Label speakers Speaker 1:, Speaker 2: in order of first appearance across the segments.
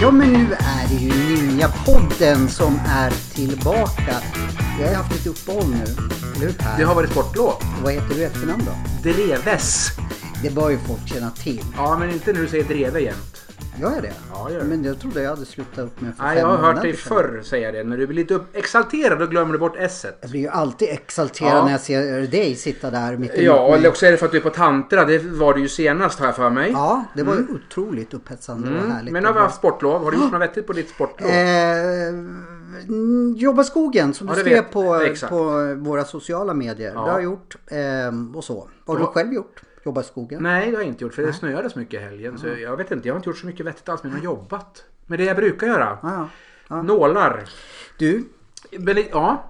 Speaker 1: Ja, men nu är det ju Ninja-podden som är tillbaka. Vi har ju haft ett uppehåll nu, eller hur Per?
Speaker 2: Det har varit sportlov.
Speaker 1: Vad heter du i efternamn då?
Speaker 2: Dreves.
Speaker 1: Det bör ju folk känna till.
Speaker 2: Ja, men inte när du säger dreve jämt.
Speaker 1: Gör jag det?
Speaker 2: Ja, gör det.
Speaker 1: Men jag trodde jag hade slutat upp med för
Speaker 2: Nej,
Speaker 1: fem
Speaker 2: jag har hört
Speaker 1: månader
Speaker 2: dig
Speaker 1: sedan.
Speaker 2: förr säga det. När du blir lite upp exalterad då glömmer du bort s
Speaker 1: Jag blir ju alltid exalterad
Speaker 2: Ja.
Speaker 1: när jag ser dig sitta där mitt emot
Speaker 2: Ja,
Speaker 1: mig.
Speaker 2: eller också är det för att du är på tantra. Det var du ju senast har jag för mig.
Speaker 1: Ja, det var ju otroligt upphetsande och härligt.
Speaker 2: Mm. Men nu har vi
Speaker 1: Och
Speaker 2: haft sportlov. Har du gjort något vettigt på ditt sportlov?
Speaker 1: bra. Eh, Jobba skogen som
Speaker 2: Ja,
Speaker 1: du
Speaker 2: det
Speaker 1: skrev
Speaker 2: vet-
Speaker 1: på,
Speaker 2: exakt.
Speaker 1: på våra sociala medier.
Speaker 2: Ja.
Speaker 1: Det har jag gjort. ehm, och så. Vad har du själv gjort? Jobba skogen?
Speaker 2: Nej, det har jag inte gjort för det snöade så mycket i helgen. Så jag vet inte, jag har inte gjort så mycket vettigt alls men jag har jobbat. Med det jag brukar göra.
Speaker 1: Ja, ja.
Speaker 2: Nålar.
Speaker 1: Du,
Speaker 2: Men, ja,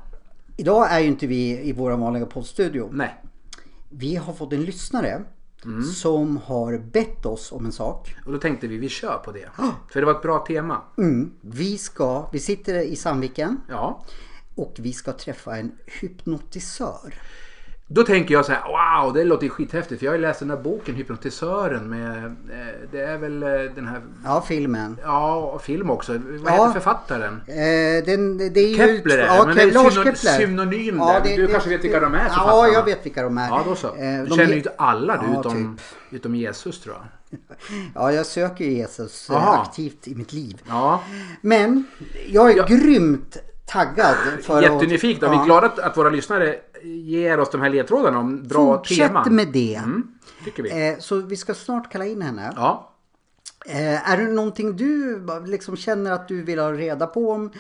Speaker 1: idag är ju inte vi i vår vanliga poddstudio.
Speaker 2: nej.
Speaker 1: Vi har fått en lyssnare
Speaker 2: Mm.
Speaker 1: som har bett oss om en sak.
Speaker 2: Och då tänkte vi, vi kör på det.
Speaker 1: Ah.
Speaker 2: För det var ett bra tema.
Speaker 1: Mm. Vi, ska, vi sitter i Sandviken
Speaker 2: Ja.
Speaker 1: och vi ska träffa en hypnotisör.
Speaker 2: Då tänker jag så här, wow, det låter ju skithäftigt. För jag har ju läst den här boken, Hypnotisören, med... eh, Det är väl eh, den här...
Speaker 1: Ja, filmen.
Speaker 2: Ja, och film också. Vad
Speaker 1: Ja.
Speaker 2: heter författaren?
Speaker 1: Eh, den, det är ju,
Speaker 2: Kepler är det,
Speaker 1: ja,
Speaker 2: men det är ju
Speaker 1: Lars
Speaker 2: syno-
Speaker 1: Kepler.
Speaker 2: synonym där. Du kanske vet vilka de är,
Speaker 1: Ja,
Speaker 2: författarna.
Speaker 1: jag vet vilka de är.
Speaker 2: Ja, då så.
Speaker 1: Eh,
Speaker 2: Du
Speaker 1: de-
Speaker 2: känner ju inte alla du,
Speaker 1: Ja, typ.
Speaker 2: utom, utom Jesus tror jag.
Speaker 1: Ja, jag söker ju Jesus eh,
Speaker 2: Aha.
Speaker 1: aktivt i mitt liv.
Speaker 2: Ja,
Speaker 1: Men jag är grymt taggad. För
Speaker 2: jättenyfikt. Och Vi
Speaker 1: Ja.
Speaker 2: är glada att, att våra lyssnare ger oss de här ledtrådarna om bra
Speaker 1: Fortsätt
Speaker 2: teman. Mm.
Speaker 1: med det.
Speaker 2: Tycker vi.
Speaker 1: Eh, Så vi ska snart kalla in henne.
Speaker 2: Ja.
Speaker 1: Eh, Är det någonting du liksom känner att du vill ha reda på om,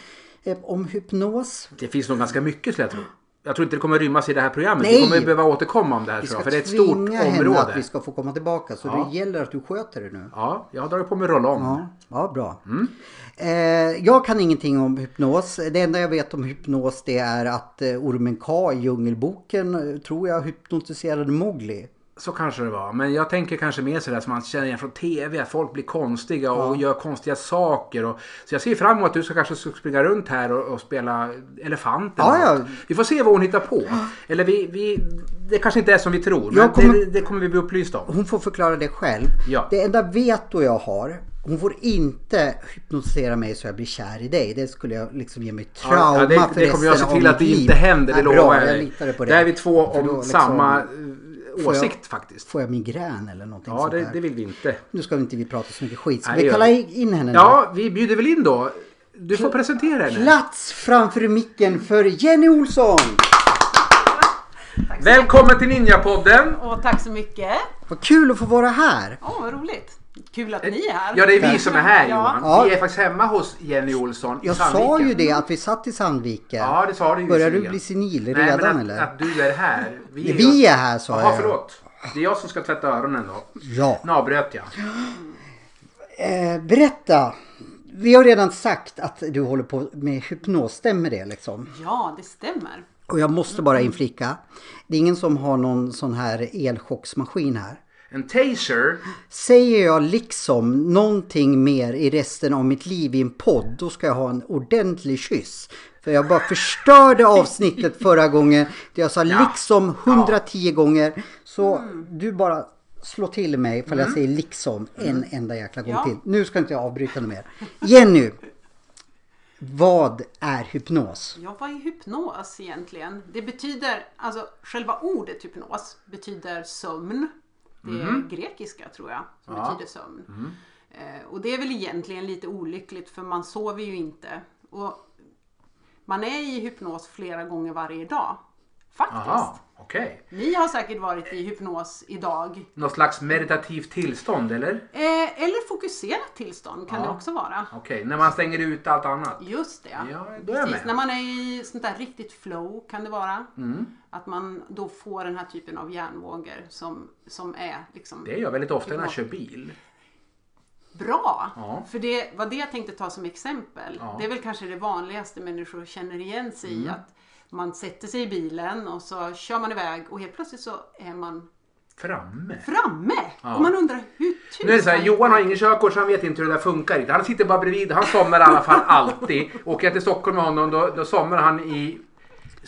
Speaker 1: eh, om hypnos?
Speaker 2: Det finns nog ganska mycket skulle jag tro. Jag tror inte det kommer rymmas i det här programmet.
Speaker 1: Nej.
Speaker 2: Vi kommer behöva återkomma om det här
Speaker 1: Vi
Speaker 2: tror
Speaker 1: ska
Speaker 2: jag. För det är ett
Speaker 1: tvinga
Speaker 2: stort
Speaker 1: henne
Speaker 2: område.
Speaker 1: att vi ska få komma tillbaka. Så det gäller att du sköter det nu.
Speaker 2: Ja, jag har dragit på mig roll-on.
Speaker 1: Ja, ja bra. Eh, jag kan ingenting om hypnos. Det enda jag vet om hypnos det är att eh, ormen K i Djungelboken eh, tror jag hypnotiserade Mowgli.
Speaker 2: Så kanske det var. Men jag tänker kanske mer sådär som man känner igen från TV. Att folk blir konstiga och gör konstiga saker. Och, så jag ser fram emot att du ska kanske ska springa runt här och, och spela elefant. eller
Speaker 1: Ja,
Speaker 2: något. Vi får se vad hon hittar på. Eller vi, vi, det kanske inte är som vi tror. Men
Speaker 1: Jag kommer-
Speaker 2: det, det kommer vi bli upplysta om.
Speaker 1: Hon får förklara det själv.
Speaker 2: Ja.
Speaker 1: Det enda veto jag har, hon får inte hypnotisera mig så jag blir kär i dig. Det skulle jag liksom ge mig trauma
Speaker 2: Ja, det,
Speaker 1: för
Speaker 2: det kommer jag se
Speaker 1: resten av
Speaker 2: till att det
Speaker 1: mitt liv.
Speaker 2: inte händer, det
Speaker 1: Nej,
Speaker 2: lovar
Speaker 1: bra, jag.
Speaker 2: dig.
Speaker 1: litade på det.
Speaker 2: Där är vi två om
Speaker 1: då liksom-
Speaker 2: samma eh,
Speaker 1: jag-
Speaker 2: åsikt faktiskt.
Speaker 1: Får jag migrän eller någonting
Speaker 2: Ja,
Speaker 1: sånt
Speaker 2: det,
Speaker 1: där?
Speaker 2: det vill vi inte.
Speaker 1: Nu ska vi inte vi prata så mycket skit. Ska
Speaker 2: Nej,
Speaker 1: vi
Speaker 2: det
Speaker 1: kalla
Speaker 2: gör vi.
Speaker 1: in henne nu?
Speaker 2: Ja, vi bjuder väl in då. Du får presentera henne.
Speaker 1: Plats framför micken för Jenny Olsson!
Speaker 2: Välkommen till Ninja-podden.
Speaker 3: Och tack så mycket.
Speaker 1: Vad kul att få vara här!
Speaker 3: Åh, vad roligt. Kul att ni är här.
Speaker 2: Ja, det är vi som är här
Speaker 3: Ja.
Speaker 2: Johan.
Speaker 1: Ja.
Speaker 2: Vi är faktiskt hemma hos Jenny Olsson i
Speaker 1: Jag
Speaker 2: Sandviken.
Speaker 1: sa ju det att vi satt i Sandviken.
Speaker 2: Ja, det sa du ju.
Speaker 1: Börjar du
Speaker 2: visserligen.
Speaker 1: bli senil
Speaker 2: Nej,
Speaker 1: redan
Speaker 2: men att,
Speaker 1: eller?
Speaker 2: att du är här. Vi
Speaker 1: vi är här sa
Speaker 2: Jaha,
Speaker 1: jag.
Speaker 2: förlåt. Det är jag som ska tvätta öronen då.
Speaker 1: Ja.
Speaker 2: Nu avbröt jag.
Speaker 1: Eh, berätta! Vi har redan sagt att du håller på med hypnos, stämmer det liksom?
Speaker 3: Ja, det stämmer.
Speaker 1: Och jag måste bara inflika. Det är ingen som har någon sån här elchocksmaskin här.
Speaker 2: En taser.
Speaker 1: Säger jag liksom någonting mer i resten av mitt liv i en podd, då ska jag ha en ordentlig kyss. För jag bara förstörde avsnittet förra gången. Där jag sa liksom 110 gånger. Så
Speaker 2: Mm.
Speaker 1: du bara slå till mig för jag säger liksom en
Speaker 2: Mm.
Speaker 1: enda jäkla gång
Speaker 3: Ja.
Speaker 1: till. Nu ska inte jag avbryta något mer. Jenny! Vad är hypnos?
Speaker 3: Ja, vad är hypnos egentligen? Det betyder, alltså själva ordet hypnos betyder sömn. Det är grekiska tror jag, som
Speaker 2: Mhm. Ja. Mhm.
Speaker 3: betyder sömn. Eh, och det är väl egentligen lite olyckligt för man sover ju inte. Och man är i hypnos flera gånger varje dag. Faktiskt.
Speaker 2: Jaha, okej.
Speaker 3: Ni har säkert varit i hypnos idag.
Speaker 2: Något slags meditativt tillstånd eller?
Speaker 3: Eh, eller fokuserat tillstånd kan
Speaker 2: Ja.
Speaker 3: det också vara.
Speaker 2: Okej, när man stänger ut allt annat.
Speaker 3: Just det.
Speaker 2: Ja, då är jag
Speaker 3: Precis,
Speaker 2: med.
Speaker 3: när man är i sånt där riktigt flow kan det vara.
Speaker 2: Mm.
Speaker 3: Att man då får den här typen av hjärnvågor som, som är liksom
Speaker 2: Det gör jag väldigt ofta när jag kör bil.
Speaker 3: bra.
Speaker 2: Ja.
Speaker 3: För det var det jag tänkte ta som exempel.
Speaker 2: Ja. Mm.
Speaker 3: Det är väl kanske det vanligaste människor känner igen sig i. Att man sätter sig i bilen och så kör man iväg och helt plötsligt så är man
Speaker 2: Framme.
Speaker 3: framme.
Speaker 2: Ja.
Speaker 3: Och man undrar hur
Speaker 2: Nu är det så här, Johan har ingen körkort så han vet inte hur det där funkar. riktigt. Han sitter bara bredvid. Han somnar i alla fall alltid. Åker jag till Stockholm med honom då, då somnar han i...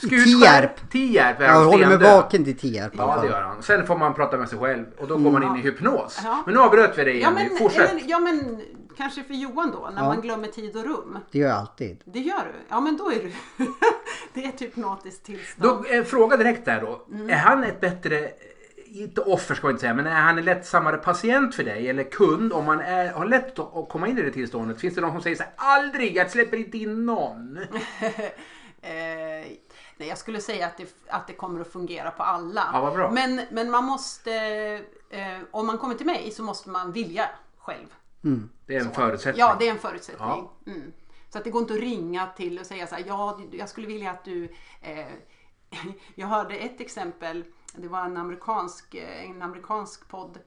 Speaker 1: Tierp.
Speaker 2: Tierp är han
Speaker 1: Jag håller mig
Speaker 2: stendöd.
Speaker 1: vaken till Tierp. i alla
Speaker 2: Ja, det
Speaker 1: fall.
Speaker 2: gör han. Sen får man prata med sig själv och då går man in i hypnos.
Speaker 3: Ja.
Speaker 2: Men nu avbröt vi dig
Speaker 3: Ja
Speaker 2: igen.
Speaker 3: men,
Speaker 2: Fortsätt.
Speaker 3: eller, ja men kanske för Johan då, när man glömmer tid och rum.
Speaker 1: Det gör jag alltid.
Speaker 3: Det gör du? Ja men då är du... det är ett hypnotiskt tillstånd.
Speaker 2: Då, eh, fråga direkt där då.
Speaker 3: Mm.
Speaker 2: Är han ett bättre, eh, inte offer ska jag inte säga, men är han en lättsammare patient för dig eller kund om man är, har lätt att att komma in i det tillståndet? Finns det någon som säger så här, aldrig, jag släpper inte in någon?
Speaker 3: Mm. Eh, nej, jag skulle säga att det, att det kommer att fungera på alla.
Speaker 2: Ja, vad bra.
Speaker 3: Men, men man måste, eh, om man kommer till mig så måste man vilja själv.
Speaker 2: Det är en förutsättning.
Speaker 3: Ja, det är en förutsättning. Mm. Så att det går inte att ringa till och säga så här, ja, jag skulle vilja att du... Eh, jag hörde ett exempel, det var en amerikansk, eh, en amerikansk podd.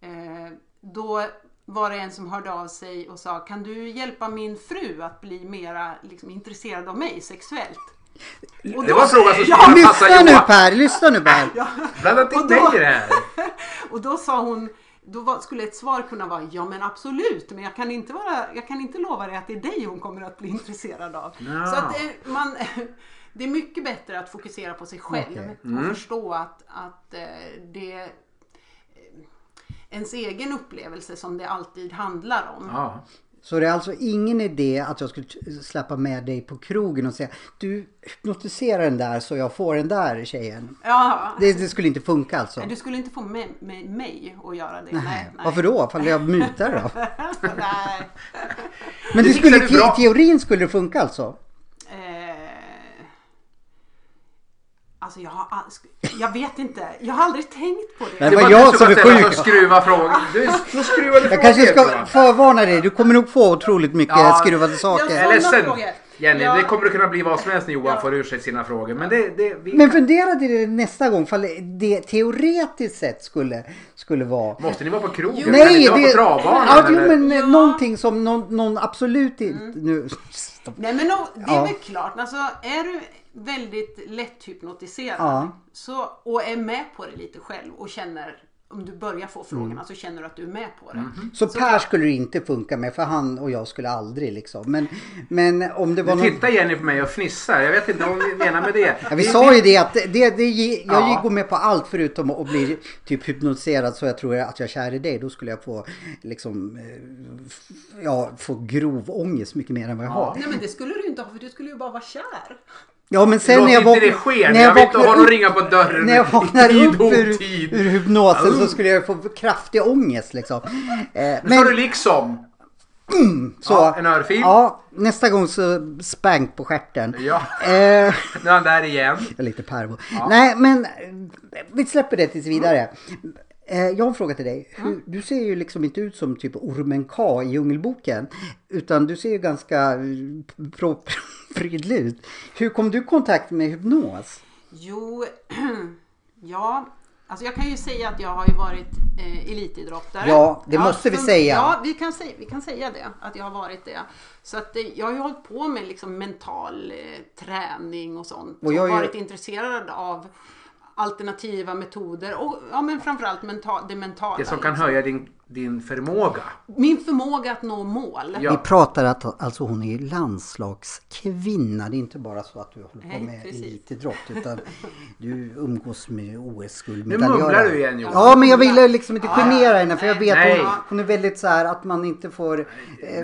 Speaker 3: Eh, då var det en som hörde av sig och sa, kan du hjälpa min fru att bli mera liksom, intresserad av mig sexuellt? Och
Speaker 2: Det var en fråga som
Speaker 3: Ja,
Speaker 2: skulle passa
Speaker 1: Lyssna nu
Speaker 2: alltså, Johan.
Speaker 1: Per, lyssna nu Per.
Speaker 2: Blanda inte in
Speaker 3: Och då-
Speaker 2: dig i det här.
Speaker 3: Och då sa hon, då var, skulle ett svar kunna vara ja men absolut men jag kan inte, vara, jag kan inte lova dig att det är dig hon kommer att bli intresserad av.
Speaker 2: Ja.
Speaker 3: Så att eh, man, det är mycket bättre att fokusera på sig själv
Speaker 1: Okej. Mm.
Speaker 3: och förstå att, att eh, det eh, ens egen upplevelse som det alltid handlar om.
Speaker 2: Ja.
Speaker 1: Så det är alltså ingen idé att jag skulle t- släppa med dig på krogen och säga du hypnotisera den där så jag får den där tjejen.
Speaker 3: Ja.
Speaker 1: Det, det skulle inte funka alltså.
Speaker 3: Du skulle inte få med, med mig att göra det.
Speaker 1: Nej. Varför då? Fall jag mutar då?
Speaker 3: nej.
Speaker 1: Men det
Speaker 2: Det
Speaker 1: skulle,
Speaker 2: fixar du bra.
Speaker 1: i teorin skulle det funka alltså?
Speaker 3: Eh, alltså jag har all- sk- Jag vet inte. Jag har aldrig tänkt på det.
Speaker 1: Nej, Det var
Speaker 2: du
Speaker 1: jag
Speaker 2: som
Speaker 1: som är
Speaker 2: ställa
Speaker 1: sjuk.
Speaker 2: och skruva frågan. Du du skruvade frågan.
Speaker 1: Jag kanske ska
Speaker 2: Johan.
Speaker 1: förvarna dig. Du kommer nog få otroligt mycket
Speaker 2: Ja.
Speaker 1: skruvade saker.
Speaker 2: Jag är ledsen
Speaker 3: Sådana frågor.
Speaker 2: Jenny,
Speaker 3: Ja.
Speaker 2: det kommer att kunna bli vad som helst när Johan
Speaker 3: Ja.
Speaker 2: får ur sig sina frågor. Men det, det, vi
Speaker 1: Men fundera till det nästa gång fall det teoretiskt sett skulle, skulle vara.
Speaker 2: Måste ni vara på krogen?
Speaker 3: Jo,
Speaker 2: kan ni inte vara på travbanan?
Speaker 1: ja, jo,
Speaker 2: eller?
Speaker 1: men eh,
Speaker 3: Ja.
Speaker 1: någonting som någon, någon absolut inte... Nu, stopp.
Speaker 3: Nej men no, det är
Speaker 1: Ja.
Speaker 3: väl klart. Alltså, är du väldigt lätthypnotiserad
Speaker 1: Ja.
Speaker 3: så, och är med på det lite själv och känner om du börjar få frågorna
Speaker 1: Mm.
Speaker 3: så känner du att du är med på det.
Speaker 1: Så Per skulle det inte funka med för han och jag skulle aldrig liksom. Men, men om det var
Speaker 2: Nu
Speaker 1: någon...
Speaker 2: tittar Jenny på mig och fnissar. Jag vet inte vad hon menar med det.
Speaker 1: Ja, vi sa ju det att det, det, ge- jag
Speaker 2: Ja.
Speaker 1: går med på allt förutom att bli typ hypnotiserad så jag tror att jag är kär i dig. Då skulle jag få liksom, eh, f- ja, få grov ångest mycket mer än vad jag har.
Speaker 3: Nej men det skulle du ju inte ha för du skulle ju bara vara kär.
Speaker 1: Ja men sen
Speaker 2: Låt
Speaker 1: när jag
Speaker 2: inte
Speaker 1: vaknar...
Speaker 2: det ske.
Speaker 1: när
Speaker 2: Jag vill inte
Speaker 1: vaknar
Speaker 2: ha någon
Speaker 1: upp-
Speaker 2: ringa på dörren
Speaker 1: När jag
Speaker 2: i
Speaker 1: vaknar
Speaker 2: tid
Speaker 1: upp
Speaker 2: och
Speaker 1: ur,
Speaker 2: tid.
Speaker 1: ur hypnosen så skulle jag få kraftig ångest liksom. Eh,
Speaker 2: Nu sa du
Speaker 1: men
Speaker 2: liksom.
Speaker 1: så...
Speaker 2: Ja, en örfil.
Speaker 1: Ja, nästa gång så spank på stjärten.
Speaker 2: Ja.
Speaker 1: Eh,
Speaker 2: Nu är han där igen.
Speaker 1: Jag är lite pervo. Nej, men eh, vi släpper det tills vidare. Eh, Jag har en fråga till dig. Hur, Du ser ju liksom inte ut som typ ormen K i Djungelboken. Utan du ser ju ganska eh, pro- prydlig ut. Hur kom du i kontakt med hypnos?
Speaker 3: Jo, ja. Alltså jag kan ju säga att jag har ju varit eh, elitidrottare.
Speaker 1: Ja, det måste vi
Speaker 3: för-
Speaker 1: säga.
Speaker 3: Ja, vi kan, säga, vi kan säga det. Att jag har varit det. Så att eh, jag har ju hållit på med liksom mental eh, träning och sånt.
Speaker 1: Och jag är ju-
Speaker 3: varit intresserad av alternativa metoder och ja, men framförallt mental, det mentala.
Speaker 2: Det som kan
Speaker 3: liksom.
Speaker 2: höja din, din förmåga.
Speaker 3: Min förmåga att nå mål.
Speaker 2: Ja.
Speaker 1: Vi pratar att alltså hon är ju landslagskvinna. Det är inte bara så att du håller på
Speaker 3: Nej,
Speaker 1: med
Speaker 3: precis.
Speaker 1: elitidrott. Utan du umgås med
Speaker 2: Nu
Speaker 1: OS-guldmedaljörer.
Speaker 2: mumlar du igen Johan.
Speaker 1: Ja men jag ville liksom inte genera henne för jag vet
Speaker 2: Nej.
Speaker 1: hon, hon är väldigt så här att man inte får eh,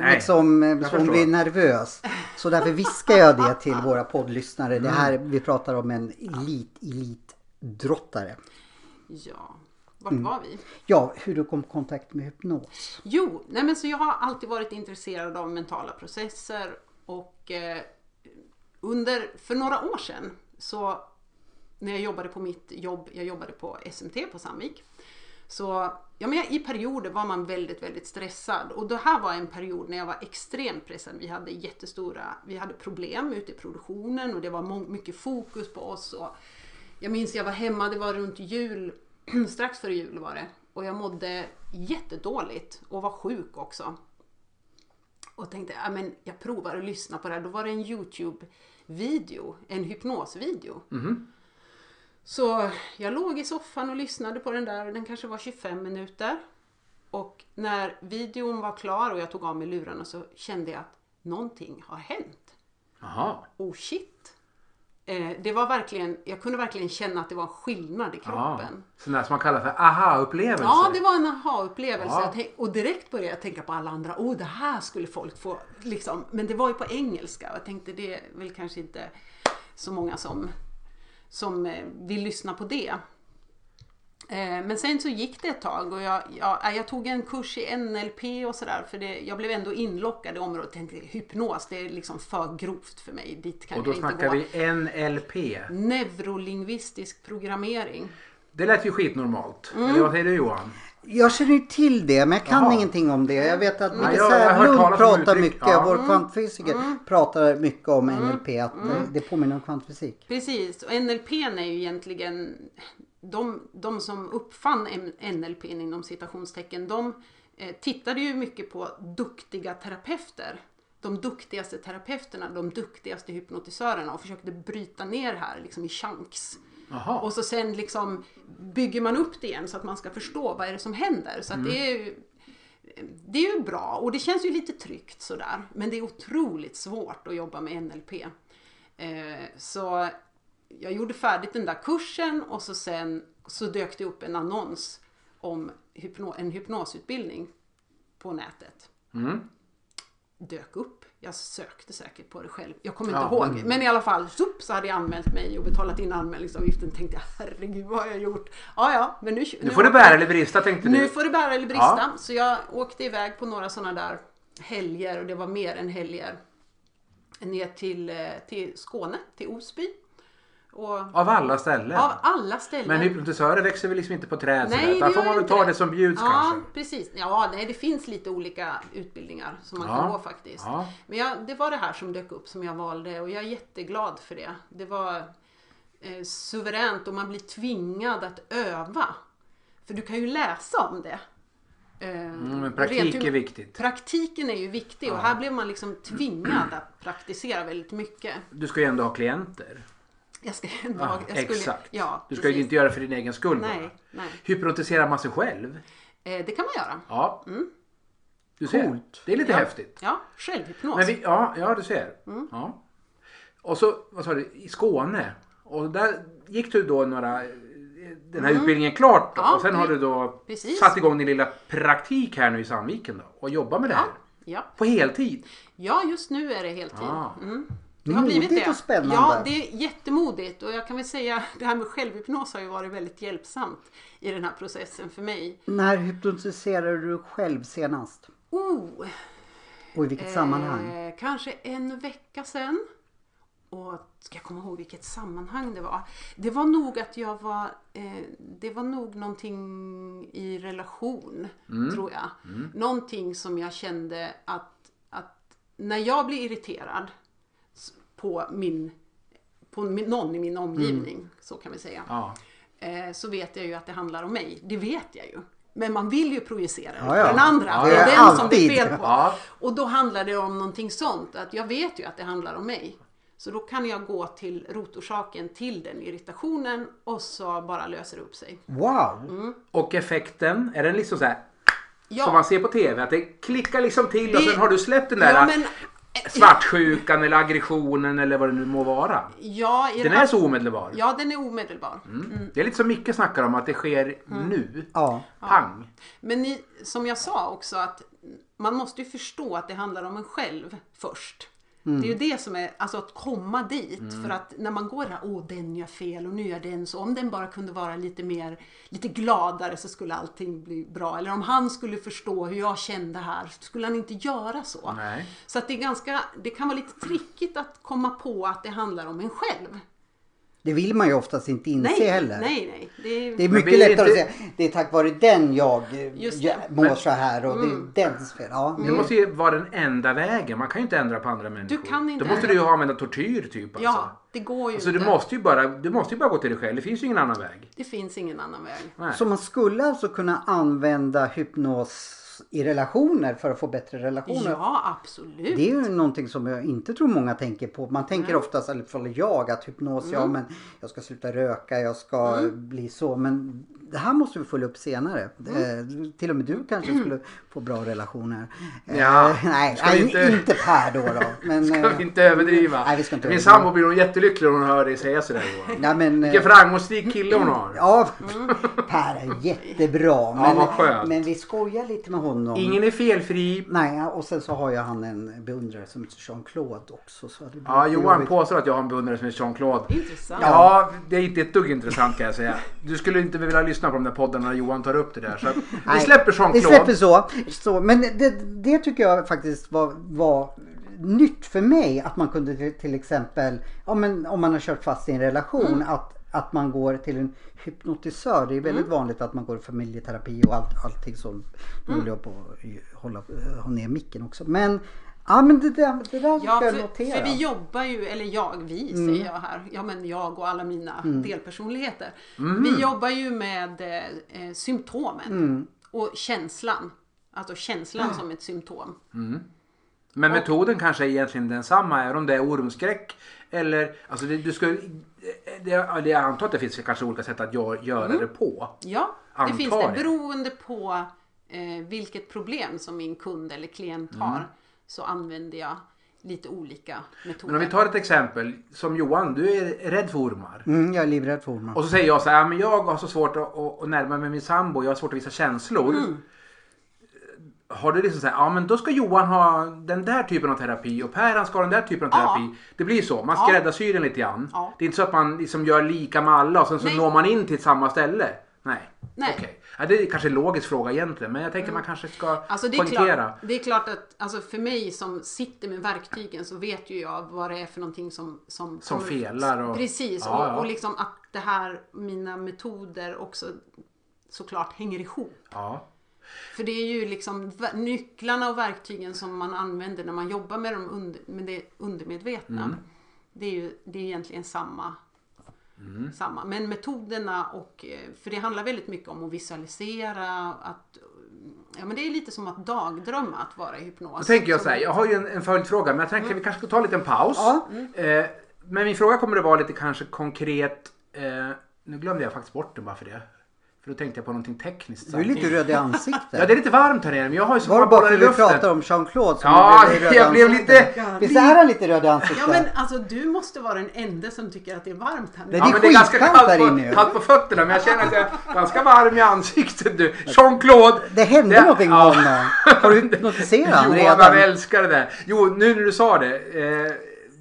Speaker 2: Nej,
Speaker 1: liksom eh, så hon
Speaker 2: förstår.
Speaker 1: blir nervös. Så därför viskar jag det till våra poddlyssnare. Det här
Speaker 2: Mm.
Speaker 1: vi pratar om en elit elitdrottare.
Speaker 3: Ja. Vart var vi?
Speaker 1: Ja, hur du kom i kontakt med hypnos.
Speaker 3: Jo, nej men så jag har alltid varit intresserad av mentala processer och eh, under, för några år sedan så när jag jobbade på mitt jobb, jag jobbade på SMT på Sandvik. Så ja, men jag- i perioder var man väldigt, väldigt stressad och det här var en period när jag var extremt pressad. Vi hade jättestora, vi hade problem ute i produktionen och det var må- mycket fokus på oss. Och jag minns jag var hemma, det var runt jul, strax före jul var det och jag mådde jättedåligt och var sjuk också och tänkte ja men jag provar att lyssna på det här. Då var det en Youtube-video, en hypnosvideo. Så jag låg i soffan och lyssnade på den där och den kanske var 25 minuter. Och när videon var klar och jag tog av mig lurarna så kände jag att någonting har hänt.
Speaker 2: Jaha.
Speaker 3: Oh shit! Eh, det var verkligen, jag kunde verkligen känna att det var en skillnad i
Speaker 2: Ja.
Speaker 3: kroppen.
Speaker 2: Sådana som man kallar för aha-upplevelse.
Speaker 3: Ja, det var en aha-upplevelse.
Speaker 2: Ja.
Speaker 3: Jag tänk- Och direkt började jag tänka på alla andra. Åh, det här skulle folk få. Liksom. Men det var ju på engelska. Och jag tänkte det är väl kanske inte så många som, som eh, vill lyssna på det. Eh, Men sen så gick det ett tag och jag, jag, äh, jag tog en kurs i NLP och sådär för det, jag blev ändå inlockad i området. Tänkte, hypnos, det är liksom för grovt för mig. Dit kan
Speaker 2: Och då
Speaker 3: jag inte
Speaker 2: snackar
Speaker 3: gå.
Speaker 2: vi NLP.
Speaker 3: Neurolingvistisk programmering.
Speaker 2: Det lät ju skitnormalt.
Speaker 3: Mm.
Speaker 2: Eller vad säger du Johan?
Speaker 1: Jag känner ju till det, men jag kan
Speaker 2: Jaha.
Speaker 1: ingenting om det. Jag vet att Micke
Speaker 2: jag- jag har hört
Speaker 1: Sävlund
Speaker 2: talas om
Speaker 1: pratar
Speaker 2: uttryck.
Speaker 1: mycket,
Speaker 2: Ja. Mm.
Speaker 1: vår kvantfysiker, pratar mycket om NLP, att det- det påminner om kvantfysik.
Speaker 3: Precis, och NLP är ju egentligen de, de som uppfann M- NLP inom citationstecken, de eh, tittade ju mycket på duktiga terapeuter. De duktigaste terapeuterna, de duktigaste hypnotisörerna och försökte bryta ner det här liksom i chunks.
Speaker 2: Jaha.
Speaker 3: Och så sen liksom bygger man upp det igen så att man ska förstå vad är det som händer. Så att
Speaker 2: Mm.
Speaker 3: det är ju det är ju bra och det känns ju lite tryggt sådär. Men det är otroligt svårt att jobba med NLP. Eh, så jag gjorde färdigt den där kursen och så sen så dök det upp en annons om hypno, en hypnosutbildning på nätet.
Speaker 2: Mm.
Speaker 3: Dök upp. Jag sökte säkert på det själv. Jag kommer inte
Speaker 2: Ja,
Speaker 3: ihåg.
Speaker 2: mm.
Speaker 3: Men i alla fall, zoop, så hade jag anmält mig och betalat in anmälningsavgiften. Tänkte jag, herregud vad har jag gjort? Ja, ja, men nu...
Speaker 2: Nu får det bära eller brista tänkte
Speaker 3: Nu
Speaker 2: du.
Speaker 3: får det bära eller brista.
Speaker 2: Ja.
Speaker 3: Så jag åkte iväg på några sådana där helger och det var mer än helger. Ner till, eh, till Skåne, till Osby. Och
Speaker 2: Av alla ställen.
Speaker 3: av alla ställen.
Speaker 2: Men hypnotisörer växer väl liksom inte på träd sådär,
Speaker 3: Nej, det
Speaker 2: utan får
Speaker 3: gör
Speaker 2: man väl
Speaker 3: inte
Speaker 2: ta det som bjuds
Speaker 3: ja,
Speaker 2: kanske.
Speaker 3: Precis. Ja, nej, det finns lite olika utbildningar som man kan
Speaker 2: Ja.
Speaker 3: gå faktiskt.
Speaker 2: Ja. Mm,
Speaker 3: Men jag, det var det här som dök upp som jag valde och jag är jätteglad för det. Det var eh, suveränt och man blir tvingad att öva. För du kan ju läsa om det. Eh,
Speaker 2: Mm, men praktik
Speaker 3: rent-
Speaker 2: är viktigt.
Speaker 3: Praktiken är ju viktig och här blev man liksom tvingad att praktisera väldigt mycket.
Speaker 2: Du ska ju ändå ha klienter.
Speaker 3: Jag ska, jag
Speaker 2: Ja,
Speaker 3: skulle,
Speaker 2: exakt.
Speaker 3: Ja,
Speaker 2: du ska ju
Speaker 3: precis.
Speaker 2: inte göra det för din egen skull bara.
Speaker 3: Nej, nej.
Speaker 2: Hypnotiserar man sig själv?
Speaker 3: Eh, det kan man göra.
Speaker 2: Ja. Du ser.
Speaker 1: Coolt.
Speaker 2: Det är lite
Speaker 3: Mm. Ja.
Speaker 2: häftigt.
Speaker 3: Ja, självhypnos.
Speaker 2: Men vi, ja, ja, du ser.
Speaker 3: Mm.
Speaker 2: Ja. Och så, vad sa du, i Skåne. Och där gick du då några, den här utbildningen klart då.
Speaker 3: Mm. Ja,
Speaker 2: och sen har
Speaker 3: det-
Speaker 2: du då
Speaker 3: precis.
Speaker 2: satt igång din lilla praktik här nu i Sandviken då. Och jobbar med det här.
Speaker 3: Ja, ja.
Speaker 2: På heltid.
Speaker 3: Ja, just nu är det heltid.
Speaker 2: Ah.
Speaker 3: Mm.
Speaker 1: Modigt och spännande.
Speaker 3: Ja, det är jättemodigt och jag kan väl säga det här med självhypnos har ju varit väldigt hjälpsamt i den här processen för mig.
Speaker 1: När hypnotiserade du själv senast?
Speaker 3: Oh,
Speaker 1: Och i vilket sammanhang?
Speaker 3: Eh, kanske en vecka sedan. Och ska jag komma ihåg vilket sammanhang det var? Det var nog att jag var, eh, det var nog någonting i relation, tror jag. Någonting som jag kände att, att när jag blir irriterad s- på, min, på min, någon i min omgivning, så kan vi säga.
Speaker 2: Ja.
Speaker 3: Eh, så vet jag ju att det handlar om mig. Det vet jag ju. Men man vill ju projicera det
Speaker 1: Ja,
Speaker 3: på
Speaker 1: ja.
Speaker 3: den andra.
Speaker 1: Ja,
Speaker 3: det
Speaker 1: ja.
Speaker 3: är den som det
Speaker 1: Alltid.
Speaker 3: är fel på.
Speaker 2: Ja.
Speaker 3: Och då handlar det om någonting sånt. Att jag vet ju att det handlar om mig. Så då kan jag gå till rotorsaken till den irritationen och så bara löser det upp sig.
Speaker 1: Wow!
Speaker 2: Mm. Och effekten, är den liksom så här
Speaker 3: Ja,
Speaker 2: som man ser på TV? Att det klickar liksom till och
Speaker 3: Det-
Speaker 2: sen har du släppt den där
Speaker 3: ja men... eh,
Speaker 2: svartsjukan eller aggressionen eller vad det nu må vara.
Speaker 3: Ja, i
Speaker 2: Den
Speaker 3: det här-
Speaker 2: är så omedelbar.
Speaker 3: ja, mm. den är omedelbar.
Speaker 2: Det är lite som Micke snackar om, att det sker
Speaker 3: Mm.
Speaker 2: nu.
Speaker 1: Ja.
Speaker 2: Pang!
Speaker 3: Men ni, som jag sa också att man måste ju förstå att det handlar om en själv först. Det är
Speaker 1: Mm.
Speaker 3: ju det som är, alltså att komma dit. För att när man går här, åh den gör fel och nu gör den så. Om den bara kunde vara lite mer, lite gladare så skulle allting bli bra. Eller om han skulle förstå hur jag kände här, så skulle han inte göra så.
Speaker 2: Nej.
Speaker 3: Så att det är ganska, det kan vara lite trickigt att komma på att det handlar om en själv.
Speaker 1: Det vill man ju oftast inte inse
Speaker 3: Nej,
Speaker 1: heller.
Speaker 3: nej, nej. Det är,
Speaker 1: Det är
Speaker 2: Men
Speaker 1: mycket
Speaker 2: blir det
Speaker 1: lättare
Speaker 2: inte-
Speaker 1: att säga det är tack vare den jag eh,
Speaker 3: Just det.
Speaker 1: jag mår så här och
Speaker 2: Mm.
Speaker 1: det är dens fel. Ja,
Speaker 3: Mm.
Speaker 2: Det måste ju vara den enda vägen. Man kan ju inte ändra på andra människor.
Speaker 3: kan inte
Speaker 2: Då måste du ju använda tortyr typ alltså.
Speaker 3: ja, det går ju
Speaker 2: Så
Speaker 3: inte.
Speaker 2: du måste, ju bara, du måste ju bara gå till dig själv. Det finns ju ingen annan väg.
Speaker 3: Det finns ingen annan väg.
Speaker 2: Nej.
Speaker 1: Så man skulle alltså kunna använda hypnos oss i relationer för att få bättre relationer.
Speaker 3: Ja, absolut.
Speaker 1: Det är ju någonting som jag inte tror många tänker på. Man tänker oftast, i alla fall jag, att hypnos,
Speaker 2: Mm.
Speaker 1: ja men jag ska sluta röka, jag ska bli så. Men det här måste vi följa upp senare.
Speaker 2: Mm.
Speaker 1: Eh, till och med du kanske skulle få bra relationer. Eh,
Speaker 2: Ja,
Speaker 1: nej,
Speaker 2: ska vi
Speaker 1: nej inte...
Speaker 2: inte-
Speaker 1: Per då. då. Men,
Speaker 2: Ska
Speaker 1: eh,
Speaker 2: vi inte överdriva?
Speaker 1: Nej, vi ska inte
Speaker 2: Min
Speaker 1: överdriva.
Speaker 2: sambo blir nog jättelycklig om hon hör dig säga sådär Johan.
Speaker 1: Nej, men, eh,
Speaker 2: Vilken framgångsrik kille hon har.
Speaker 1: Ja, Per är jättebra. Men,
Speaker 2: vad skönt.
Speaker 1: men vi skojar lite med honom.
Speaker 2: Ingen är felfri.
Speaker 1: Nej, och sen så har jag han en beundrare som heter Jean-Claude också. Så det blir
Speaker 2: Ja,
Speaker 1: lite
Speaker 2: Johan
Speaker 1: jobbigt.
Speaker 2: påstår att jag har en beundrare som heter Jean-Claude.
Speaker 3: Intressant.
Speaker 2: Ja, det är inte ett dugg intressant kan jag säga. Du skulle inte vilja lyssna på de där poddarna när Johan tar upp det där. Så att vi
Speaker 1: Nej,
Speaker 2: släpper
Speaker 1: Vi släpper
Speaker 2: Jean-Claude.
Speaker 1: så. så men det, det tycker jag faktiskt var, var nytt för mig. Att man kunde till- till exempel, ja, men om man har kört fast i en relation,
Speaker 2: Mm.
Speaker 1: att, att man går till en hypnotisör. Det är väldigt vanligt att man går i familjeterapi och allt, allting sånt. Nu
Speaker 2: Mm.
Speaker 1: håller jag på att hålla, ha ner micken också. Men, ja, men det, där- det där
Speaker 3: Ja,
Speaker 1: ska jag
Speaker 3: för,
Speaker 1: notera.
Speaker 3: för vi jobbar ju, eller jag, vi
Speaker 2: Mm.
Speaker 3: säger jag här, ja men jag och alla mina delpersonligheter.
Speaker 2: Mm.
Speaker 3: Vi jobbar ju med eh, eh, symptomen
Speaker 2: Mm.
Speaker 3: och känslan. Alltså känslan
Speaker 2: Ah.
Speaker 3: som ett symptom.
Speaker 2: Men metoden kanske är egentligen densamma, även om det är ormskräck. Eller, alltså det, du ska, det, det, jag antar att det finns kanske olika sätt att gö- göra det på.
Speaker 3: Ja,
Speaker 2: Antar
Speaker 3: det finns det.
Speaker 2: jag.
Speaker 3: Beroende på eh, vilket problem som min kund eller klient
Speaker 2: Mm.
Speaker 3: har så använder jag lite olika metoder.
Speaker 2: Men om vi tar ett exempel, som Johan, du är rädd för ormar.
Speaker 1: Mm, jag är livrädd för ormar.
Speaker 2: Och så säger jag så här, "Ja, men jag har så svårt att, att, att närma mig min sambo, jag har svårt att visa känslor.
Speaker 3: Mm.
Speaker 2: Har du liksom så här, ja men då ska Johan ha den där typen av terapi och Per han ska ha den där typen av
Speaker 3: Ja.
Speaker 2: terapi. Det blir så, man skräddarsyr den lite grann.
Speaker 3: Ja.
Speaker 2: Det är inte så att man liksom gör lika med alla och sen så
Speaker 3: Nej.
Speaker 2: når man in till samma ställe. Nej.
Speaker 3: Nej.
Speaker 2: Okej. Ja, det är kanske en logisk fråga egentligen men jag tänker man kanske ska
Speaker 3: Alltså det, är
Speaker 2: poängtera.
Speaker 3: klart, det är klart att alltså för mig som sitter med verktygen så vet ju jag vad det är för någonting som Som,
Speaker 2: Som felar och-
Speaker 3: Precis,
Speaker 2: Ja, ja.
Speaker 3: och, och liksom att det här, mina metoder också såklart hänger ihop.
Speaker 2: Ja.
Speaker 3: För det är ju liksom va- nycklarna och verktygen som man använder när man jobbar med, de under, med det undermedvetna.
Speaker 2: Mm.
Speaker 3: Det är ju det är egentligen samma.
Speaker 2: Mm.
Speaker 3: samma. Men metoderna och, eh, för det handlar väldigt mycket om att visualisera, att Ja men det är lite som att dagdrömma att vara i hypnos.
Speaker 2: Då tänker jag så här, jag har ju en, en följdfråga men jag tänker att vi kanske ska ta en liten paus.
Speaker 1: Ja.
Speaker 2: Eh, men min fråga kommer att vara lite kanske konkret. Eh, nu glömde jag faktiskt bort den bara för det. För då tänkte jag på någonting tekniskt.
Speaker 1: Du är lite
Speaker 2: samtidigt.
Speaker 1: röd i ansiktet.
Speaker 2: Ja det är lite varmt här nere men jag har ju så
Speaker 1: Var det
Speaker 2: många
Speaker 1: bara för
Speaker 2: bollar i
Speaker 1: att vi
Speaker 2: luften.
Speaker 1: pratar om Jean-Claude som
Speaker 2: Ja,
Speaker 1: blev röd i
Speaker 2: jag blev
Speaker 1: ansiktet?
Speaker 2: lite-
Speaker 1: Visst är han lite röd i ansiktet?
Speaker 3: Ja men alltså du måste vara den enda som tycker att det är varmt här nu.
Speaker 1: Det
Speaker 2: Ja,
Speaker 1: är
Speaker 2: men det är ganska
Speaker 1: skitkallt
Speaker 2: kallt
Speaker 1: här
Speaker 2: på,
Speaker 1: inne ju.
Speaker 2: kallt på fötterna men jag känner att jag är ganska varm i ansiktet nu. Jean-Claude.
Speaker 1: Det hände någonting med honom. Har du hypnotiserat honom
Speaker 2: Johan han
Speaker 1: redan?
Speaker 2: älskar det där. Jo, nu när du sa det. Eh,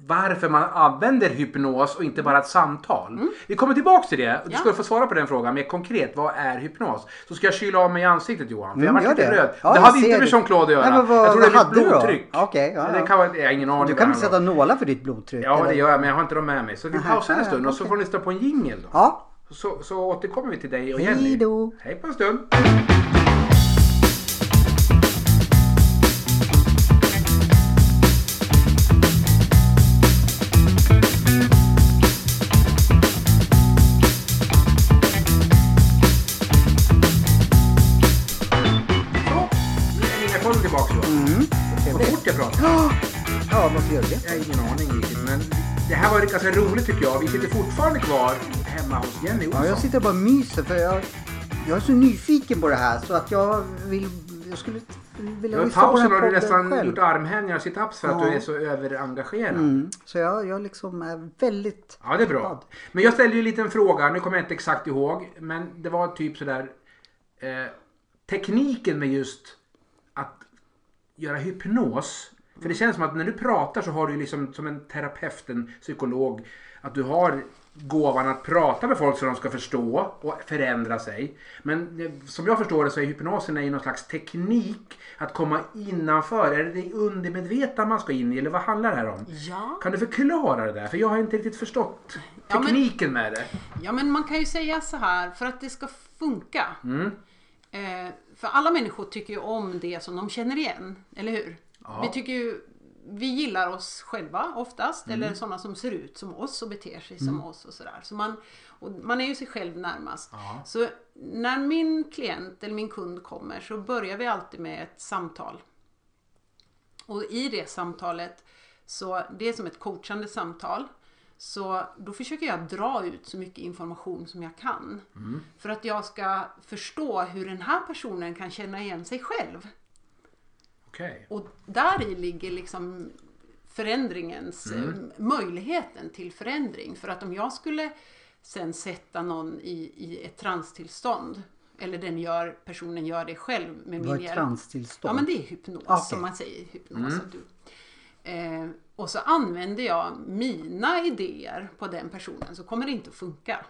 Speaker 2: varför man använder hypnos och inte bara ett samtal.
Speaker 1: Mm.
Speaker 2: Vi kommer tillbaka till det. och Du
Speaker 3: Ja.
Speaker 2: ska få svara på den frågan mer konkret. Vad är hypnos? Så ska jag kyla av mig i ansiktet Johan. För
Speaker 1: Mm,
Speaker 2: jag
Speaker 1: gör
Speaker 2: var lite
Speaker 1: det.
Speaker 2: röd.
Speaker 1: Ja,
Speaker 2: det
Speaker 1: jag
Speaker 2: hade
Speaker 1: ser
Speaker 2: inte med
Speaker 1: det.
Speaker 2: Jean-Claude att göra.
Speaker 1: Nej, men vad-
Speaker 2: jag tror
Speaker 1: vad
Speaker 2: det är mitt
Speaker 1: hade du då?
Speaker 2: blodtryck.
Speaker 1: Okej, ja,
Speaker 2: Det
Speaker 1: ja.
Speaker 2: kan vara, jag har ingen aning.
Speaker 1: Du
Speaker 2: vad
Speaker 1: kan väl
Speaker 2: det handlar
Speaker 1: sätta
Speaker 2: om.
Speaker 1: nålar för ditt blodtryck?
Speaker 2: Ja,
Speaker 1: eller?
Speaker 2: det gör jag. Men jag har inte dem med mig. Så vi
Speaker 1: Aha,
Speaker 2: pausar en
Speaker 1: ja,
Speaker 2: stund och så
Speaker 1: okej.
Speaker 2: får ni lyssna på en jingle. Då.
Speaker 1: Ja,
Speaker 2: Så, så återkommer vi till dig och
Speaker 1: Hej
Speaker 2: Jenny.
Speaker 1: då.
Speaker 2: Hej på en stund. Så, nu är Nina Korven tillbaka Johan. Vad
Speaker 1: trevligt.
Speaker 2: fort jag pratar.
Speaker 1: Mm. ja varför gör du det?
Speaker 2: Jag har ingen aning riktigt men det här var ganska roligt tycker jag. Vi sitter fortfarande kvar hemma hos Jenny Olsson.
Speaker 1: Ja, jag sitter och bara myser för jag, jag är så nyfiken på det här så att jag vill... Jag skulle vilja
Speaker 2: Under
Speaker 1: lyssna på den här
Speaker 2: pausen har du
Speaker 1: podden
Speaker 2: nästan
Speaker 1: själv.
Speaker 2: gjort armhävningar och situps för att
Speaker 1: Ja.
Speaker 2: du är så överengagerad.
Speaker 1: Mm, så jag, jag liksom är väldigt...
Speaker 2: Ja, det är bra. Men jag ställde ju en liten fråga, nu kommer jag inte exakt ihåg, men det var typ sådär eh, tekniken med just att göra hypnos. För det känns som att när du pratar så har du ju liksom som en terapeut, en psykolog, att du har gåvan att prata med folk så de ska förstå och förändra sig. Men eh, som jag förstår det så är hypnosen är ju någon slags teknik att komma innanför. Är det det undermedvetna man ska in i eller vad handlar det här om?
Speaker 3: Ja.
Speaker 2: Kan du förklara det där? För jag har inte riktigt förstått
Speaker 3: Ja, men-
Speaker 2: tekniken med det.
Speaker 3: Ja men man kan ju säga så här, för att det ska funka.
Speaker 2: Mm.
Speaker 3: Eh, för alla människor tycker ju om det som de känner igen, eller hur?
Speaker 2: Ja.
Speaker 3: Vi tycker ju vi gillar oss själva oftast,
Speaker 2: Mm.
Speaker 3: eller sådana som ser ut som oss och beter sig som oss och sådär. Så man, och man är ju sig själv närmast.
Speaker 2: Ja.
Speaker 3: Så när min klient eller min kund kommer så börjar vi alltid med ett samtal. Och i det samtalet, så det är som ett coachande samtal, så då försöker jag dra ut så mycket information som jag kan. För att jag ska förstå hur den här personen kan känna igen sig själv.
Speaker 2: Okej.
Speaker 3: Och där i ligger liksom förändringens,
Speaker 1: Mm.
Speaker 3: eh, möjligheten till förändring. För att om jag skulle sen sätta någon i, i ett transtillstånd, eller den gör, personen gör det själv med min
Speaker 1: Vad är
Speaker 3: hjälp.
Speaker 1: transtillstånd? Ah,
Speaker 3: Ja men det är hypnos
Speaker 1: Okej. Mm.
Speaker 3: som man säger. i Hypnos, att du, eh, och så använder jag mina idéer på den personen så kommer det inte att funka.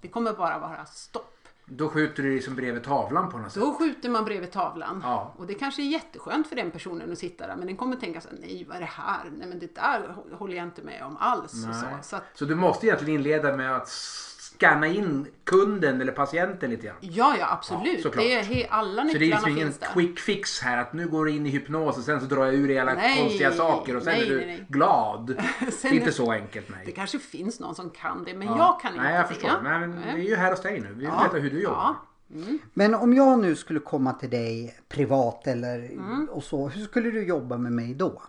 Speaker 3: Det kommer bara vara stopp.
Speaker 2: Då skjuter du liksom bredvid tavlan på något sätt.
Speaker 3: Då skjuter man bredvid tavlan.
Speaker 2: Ja.
Speaker 3: Och det kanske är jätteskönt för den personen att sitta där men den kommer tänka så här, nej vad är det här? Nej men det där hå- håller jag inte med om alls. Och så.
Speaker 2: Nej.
Speaker 3: Så att,
Speaker 2: Så du måste egentligen inleda med att scanna in kunden eller patienten lite grann.
Speaker 3: ja, ja
Speaker 2: Ja,
Speaker 3: absolut.
Speaker 2: såklart.
Speaker 3: det är, he, alla
Speaker 2: Så det är
Speaker 3: nycklarna
Speaker 2: liksom ingen
Speaker 3: finns där.
Speaker 2: quick fix här att nu går du in i hypnos och sen så drar jag ur dig alla
Speaker 3: Nej,
Speaker 2: konstiga saker och sen
Speaker 3: nej,
Speaker 2: är du
Speaker 3: nej, nej.
Speaker 2: glad.
Speaker 3: Sen
Speaker 2: det är inte
Speaker 3: är-
Speaker 2: så enkelt
Speaker 3: Det
Speaker 2: nej.
Speaker 3: kanske finns någon som kan det men
Speaker 2: Ja.
Speaker 3: jag kan inte
Speaker 2: Nej, jag
Speaker 3: det.
Speaker 2: förstår. Nej, men vi är ju här hos dig nu. Vi vill veta hur du jobbar.
Speaker 3: Ja.
Speaker 1: Men om jag nu skulle komma till dig privat eller
Speaker 2: Mm.
Speaker 1: och så, hur skulle du jobba med mig då?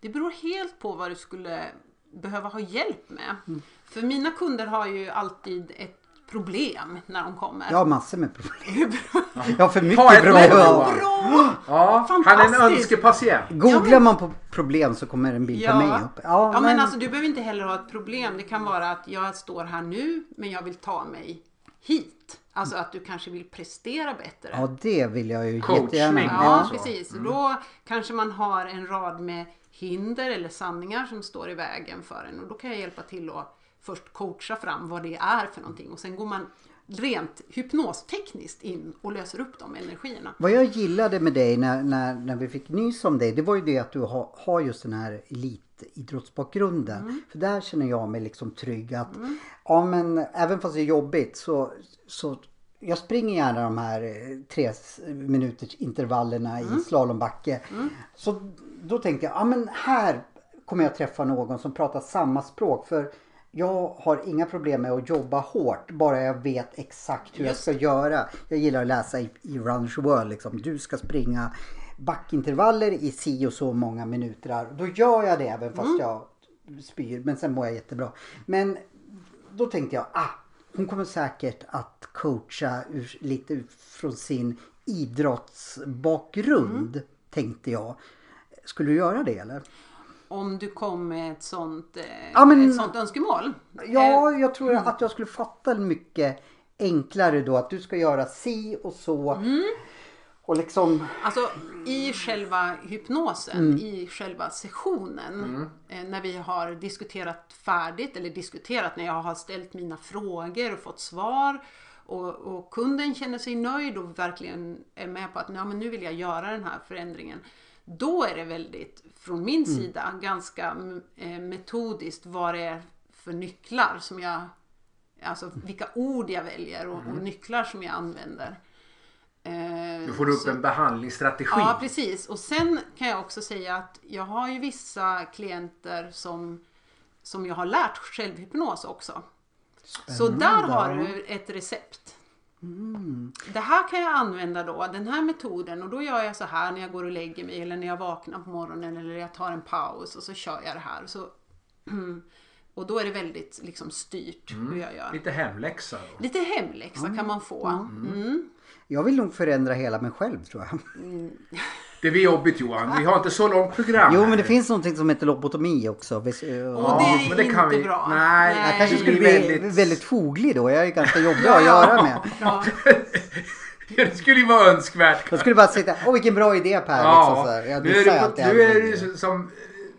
Speaker 3: Det beror helt på vad du skulle behöva ha hjälp med.
Speaker 2: Mm.
Speaker 3: För mina kunder har ju alltid ett problem när de kommer.
Speaker 1: Jag har massor med problem. Jag har för
Speaker 2: Äh. Ta ett
Speaker 1: mycket problem.
Speaker 2: problem, Johan.
Speaker 3: Bra!
Speaker 2: Ja, han är
Speaker 3: Fantastiskt.
Speaker 2: en önskepatient.
Speaker 1: Googlar man på problem så kommer en bild på mig upp.
Speaker 3: Ja, men... alltså du behöver inte heller ha ett problem. Det kan vara att jag står här nu men jag vill ta mig hit. Alltså att du kanske vill prestera bättre.
Speaker 1: ja, det vill jag ju
Speaker 2: Coachning.
Speaker 1: jättegärna.
Speaker 2: Ja,
Speaker 3: Ja,
Speaker 2: så.
Speaker 3: precis.
Speaker 1: Mm.
Speaker 3: Och då kanske man har en rad med hinder eller sanningar som står i vägen för en och då kan jag hjälpa till att först coacha fram vad det är för någonting och sen går man rent hypnostekniskt in och löser upp de energierna.
Speaker 1: Vad jag gillade med dig när, när, när vi fick nys om dig, det var ju det att du har, har just den här elitidrottsbakgrunden.
Speaker 2: Mm.
Speaker 1: För där känner jag mig liksom trygg att, ja men även fast det är jobbigt så, så jag springer gärna de här eh, tre s- minuters intervallerna
Speaker 2: Mm.
Speaker 1: i slalombacke. Så då tänkte jag, ja men här kommer jag träffa någon som pratar samma språk. För jag har inga problem med att jobba hårt, bara jag vet exakt hur jag ska göra. Jag gillar att läsa i, i Runner's World, liksom. du ska springa backintervaller i si och så många minuter. här. Då gör jag det även fast jag spyr, men sen mår jag jättebra. Men då tänkte jag, ah, hon kommer säkert att coacha ur, lite ut från sin idrottsbakgrund, tänkte jag. Skulle du göra det eller?
Speaker 3: Om du kom med ett sånt, eh,
Speaker 1: Ja, men-
Speaker 3: ett sånt önskemål. Eh,
Speaker 1: Ja, jag tror
Speaker 2: mm.
Speaker 1: att jag skulle fatta mycket enklare då att du ska göra si och så.
Speaker 2: Mm.
Speaker 1: Och liksom,
Speaker 3: Alltså i själva hypnosen, i själva sessionen, eh, när vi har diskuterat färdigt eller diskuterat när jag har ställt mina frågor och fått svar och, och kunden känner sig nöjd och verkligen är med på att "Ja, men nu vill jag göra den här förändringen. Då är det väldigt, från min sida, ganska mm, eh, metodiskt vad det är för nycklar som jag, alltså vilka ord jag väljer och, och nycklar som jag använder. Eh,
Speaker 2: Nu får du upp
Speaker 3: så-
Speaker 2: en behandlingsstrategi.
Speaker 3: Ja, precis. Och sen kan jag också säga att jag har ju vissa klienter som, som jag har lärt självhypnos också. Så där har du ett recept. Mm. Det här kan jag använda då, den här metoden och då gör jag så här när jag går och lägger mig eller när jag vaknar på morgonen eller jag tar en paus och så kör jag det här. Och, så, och då är det väldigt liksom styrt hur jag gör.
Speaker 2: Lite hemläxa. Då.
Speaker 3: Lite hemläxa kan man få. Mm.
Speaker 1: jag vill nog förändra hela mig själv tror jag.
Speaker 2: Det blir jobbigt Johan. Vi har inte så långt program.
Speaker 1: Jo men
Speaker 2: här.
Speaker 1: det finns någonting som heter lobotomi också. Visst, eh,
Speaker 3: Och
Speaker 1: ja.
Speaker 3: det
Speaker 2: Ja,
Speaker 3: är
Speaker 2: men det
Speaker 3: inte
Speaker 2: kan vi-
Speaker 3: bra.
Speaker 2: nej,
Speaker 1: Jag kanske
Speaker 2: det
Speaker 1: skulle
Speaker 2: blir
Speaker 1: bli
Speaker 2: väldigt-
Speaker 1: väldigt... foglig då. Jag är ganska jobbig att göra med.
Speaker 3: Ja.
Speaker 2: det skulle ju vara önskvärt.
Speaker 1: Jag skulle bara sitta, åh vilken bra idé Per. Liksom så här. Jag
Speaker 2: nu är
Speaker 1: dissar
Speaker 2: du,
Speaker 1: allt
Speaker 2: på,
Speaker 1: det
Speaker 2: nu är
Speaker 1: här.
Speaker 2: du ju som...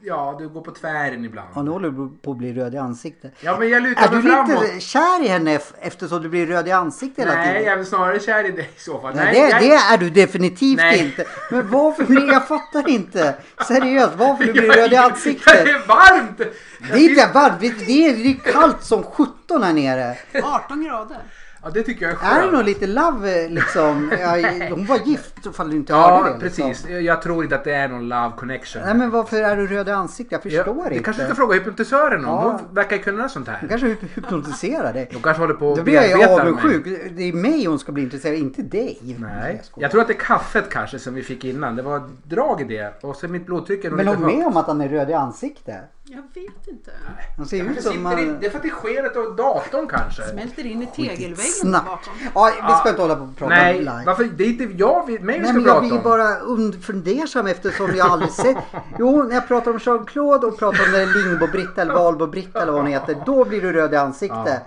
Speaker 2: Ja, du går på tvären
Speaker 1: Ja,
Speaker 2: ibland.
Speaker 1: nu håller du på att bli röd i ansiktet.
Speaker 2: Ja, men jag
Speaker 1: Är
Speaker 2: lutar
Speaker 1: du
Speaker 2: mig framåt.
Speaker 1: lite kär i henne ef- eftersom du blir röd i ansiktet hela tiden?
Speaker 2: Nej, jag är väl snarare kär i dig i så fall.
Speaker 1: Nej, det,
Speaker 2: jag-
Speaker 1: det är du definitivt
Speaker 2: Nej.
Speaker 1: inte. Men varför blir, jag fattar inte. Seriöst, varför du blir
Speaker 2: jag-
Speaker 1: röd i
Speaker 2: Det
Speaker 1: ansiktet?
Speaker 2: är varmt!
Speaker 1: Det är inte varmt, det är, det är kallt som 17 här nere.
Speaker 3: 18 Mm. grader.
Speaker 2: Ja, det tycker jag är
Speaker 1: Är det
Speaker 2: skönt.
Speaker 1: nog lite love eh, liksom? Ja, hon var gift ifall du inte hörde
Speaker 2: Ja,
Speaker 1: det. Liksom.
Speaker 2: precis. Jag tror inte att det är någon love connection.
Speaker 1: Nej men varför är du röd i ansiktet? Jag
Speaker 2: Ja,
Speaker 1: förstår
Speaker 2: Du
Speaker 1: inte.
Speaker 2: kanske ska fråga hypnotisören om.
Speaker 1: Ja.
Speaker 2: Hon verkar ju kunna sånt
Speaker 1: Hon
Speaker 2: här.
Speaker 1: kanske hyp- hypnotiserar dig.
Speaker 2: Hon kanske håller på
Speaker 1: Då
Speaker 2: och
Speaker 1: blir jag ju
Speaker 2: bearbetar mig.
Speaker 1: avundsjuk. Det är mig hon ska bli intresserad, inte dig.
Speaker 2: Nej,
Speaker 1: skojar.
Speaker 2: jag tror att det är kaffet kanske som vi fick innan. Det var ett drag i det. Och så mitt blodtryck är nog
Speaker 1: Men
Speaker 2: lite
Speaker 1: håll
Speaker 2: högt.
Speaker 1: med om att han är röd i ansiktet.
Speaker 3: Jag vet inte.
Speaker 1: Han ser
Speaker 2: Det
Speaker 1: ut
Speaker 2: sitter
Speaker 1: som... eh,
Speaker 2: i-
Speaker 1: Man...
Speaker 2: Det är för att det är skenet och datorn kanske.
Speaker 3: Smälter in i tegelväggen
Speaker 1: Snack.
Speaker 3: där bakom.
Speaker 1: Ja, vi ska inte hålla på och prata
Speaker 2: Nej,
Speaker 1: om live.
Speaker 2: varför? Det är inte jag vi, mig vi
Speaker 1: Nej,
Speaker 2: ska
Speaker 1: men jag
Speaker 2: prata
Speaker 1: blir
Speaker 2: om.
Speaker 1: bara und- fundersam eftersom jag aldrig sett. Jo, när jag pratar om Jean-Claude och pratar om den där Lingbo-Britta eller Valbo-Britta eller vad hon heter. Då blir du röd i ansiktet.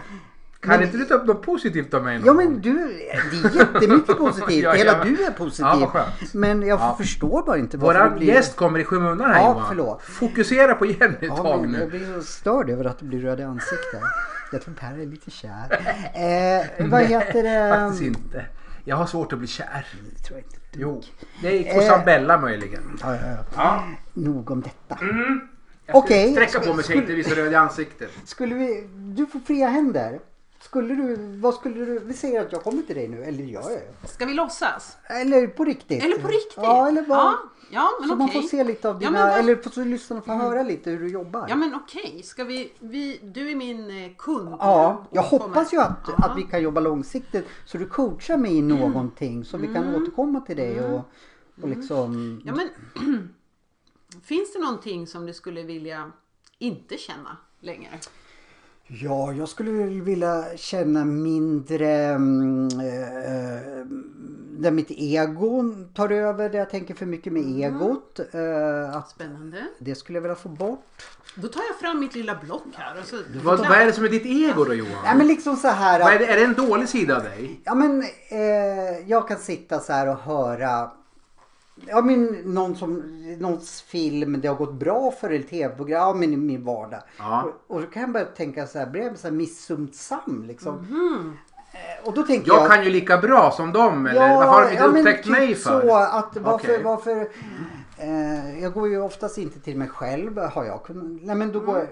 Speaker 2: Kan
Speaker 1: men-
Speaker 2: inte du ta upp något positivt om mig någon
Speaker 1: Ja
Speaker 2: gång?
Speaker 1: men du, det är jättemycket positivt.
Speaker 2: Ja, ja,
Speaker 1: Hela
Speaker 2: men-
Speaker 1: du är positiv.
Speaker 2: Ja, vad skönt.
Speaker 1: men jag förstår bara inte varför
Speaker 2: Våran
Speaker 1: det blir...
Speaker 2: gäst kommer i skymundan här
Speaker 1: Ja,
Speaker 2: Johan.
Speaker 1: förlåt.
Speaker 2: Fokusera på Jenny ett
Speaker 1: Ja,
Speaker 2: tag
Speaker 1: men jag
Speaker 2: nu.
Speaker 1: blir så störd över att du blir röd i ansiktet. Jag tror Per är lite kär. Eh, vad heter det?
Speaker 2: Faktiskt inte. Jag har svårt att bli kär.
Speaker 1: Det tror jag inte.
Speaker 2: Jo, det
Speaker 1: Eh.
Speaker 2: är Cosabella möjligen.
Speaker 1: Ja, ja, ja.
Speaker 2: Ja.
Speaker 1: Nog om detta.
Speaker 2: Jag ska
Speaker 1: Okej.
Speaker 2: sträcka på mig så jag inte blir så röd i ansiktet.
Speaker 1: Skulle vi, du får fria händer. Skulle du, vad skulle du, vi säger att jag kommer till dig nu, eller gör jag det?
Speaker 3: Ska vi låtsas?
Speaker 1: Eller på riktigt.
Speaker 3: Eller på riktigt?
Speaker 1: Ja, eller vad?
Speaker 3: Ja, ja men
Speaker 1: så man får
Speaker 3: okej.
Speaker 1: se lite av
Speaker 3: Ja,
Speaker 1: dina,
Speaker 3: men vad- Mm.
Speaker 1: eller så lyssnarna får höra lite hur du jobbar.
Speaker 3: Ja men okej, ska vi, vi, du är min eh, kund.
Speaker 1: Ja,
Speaker 3: Och
Speaker 1: jag
Speaker 3: kommer-
Speaker 1: hoppas ju att,
Speaker 3: Ja. Mm.
Speaker 1: att vi kan jobba långsiktigt så du coachar mig i någonting så vi kan återkomma till dig och, och liksom...
Speaker 3: Ja, men, finns det någonting som du skulle vilja inte känna längre?
Speaker 1: Ja, jag skulle vilja känna mindre... mm, eh, där mitt ego tar över, där jag tänker för mycket
Speaker 2: Mm.
Speaker 1: med egot. Eh, att
Speaker 3: Spännande.
Speaker 1: det skulle jag vilja få bort.
Speaker 3: Då tar jag fram mitt lilla block här. Och så,
Speaker 2: Vad, vad är det som är ditt ego då Johan?
Speaker 1: Nej men liksom så här...
Speaker 2: Mm. Vad är,
Speaker 1: Att,
Speaker 2: det, är det en dålig sida av dig?
Speaker 1: ja men eh, jag kan sitta så här och höra Ja men någon som, någons film, det har gått bra för ett tv-program, ja, men i min vardag.
Speaker 2: Ja.
Speaker 1: Och, och då kan jag börja tänka så här, blir jag så här missunnsam liksom? Eh, Och då tänker
Speaker 2: Mhm. Jag kan ju lika bra som dem eller varför har de inte
Speaker 1: men
Speaker 2: upptäckt
Speaker 1: typ
Speaker 2: mig för?
Speaker 1: Så att varför,
Speaker 2: Okej.
Speaker 1: varför eh, jag går ju oftast inte till mig själv har jag kunnat. Nej men då går jag,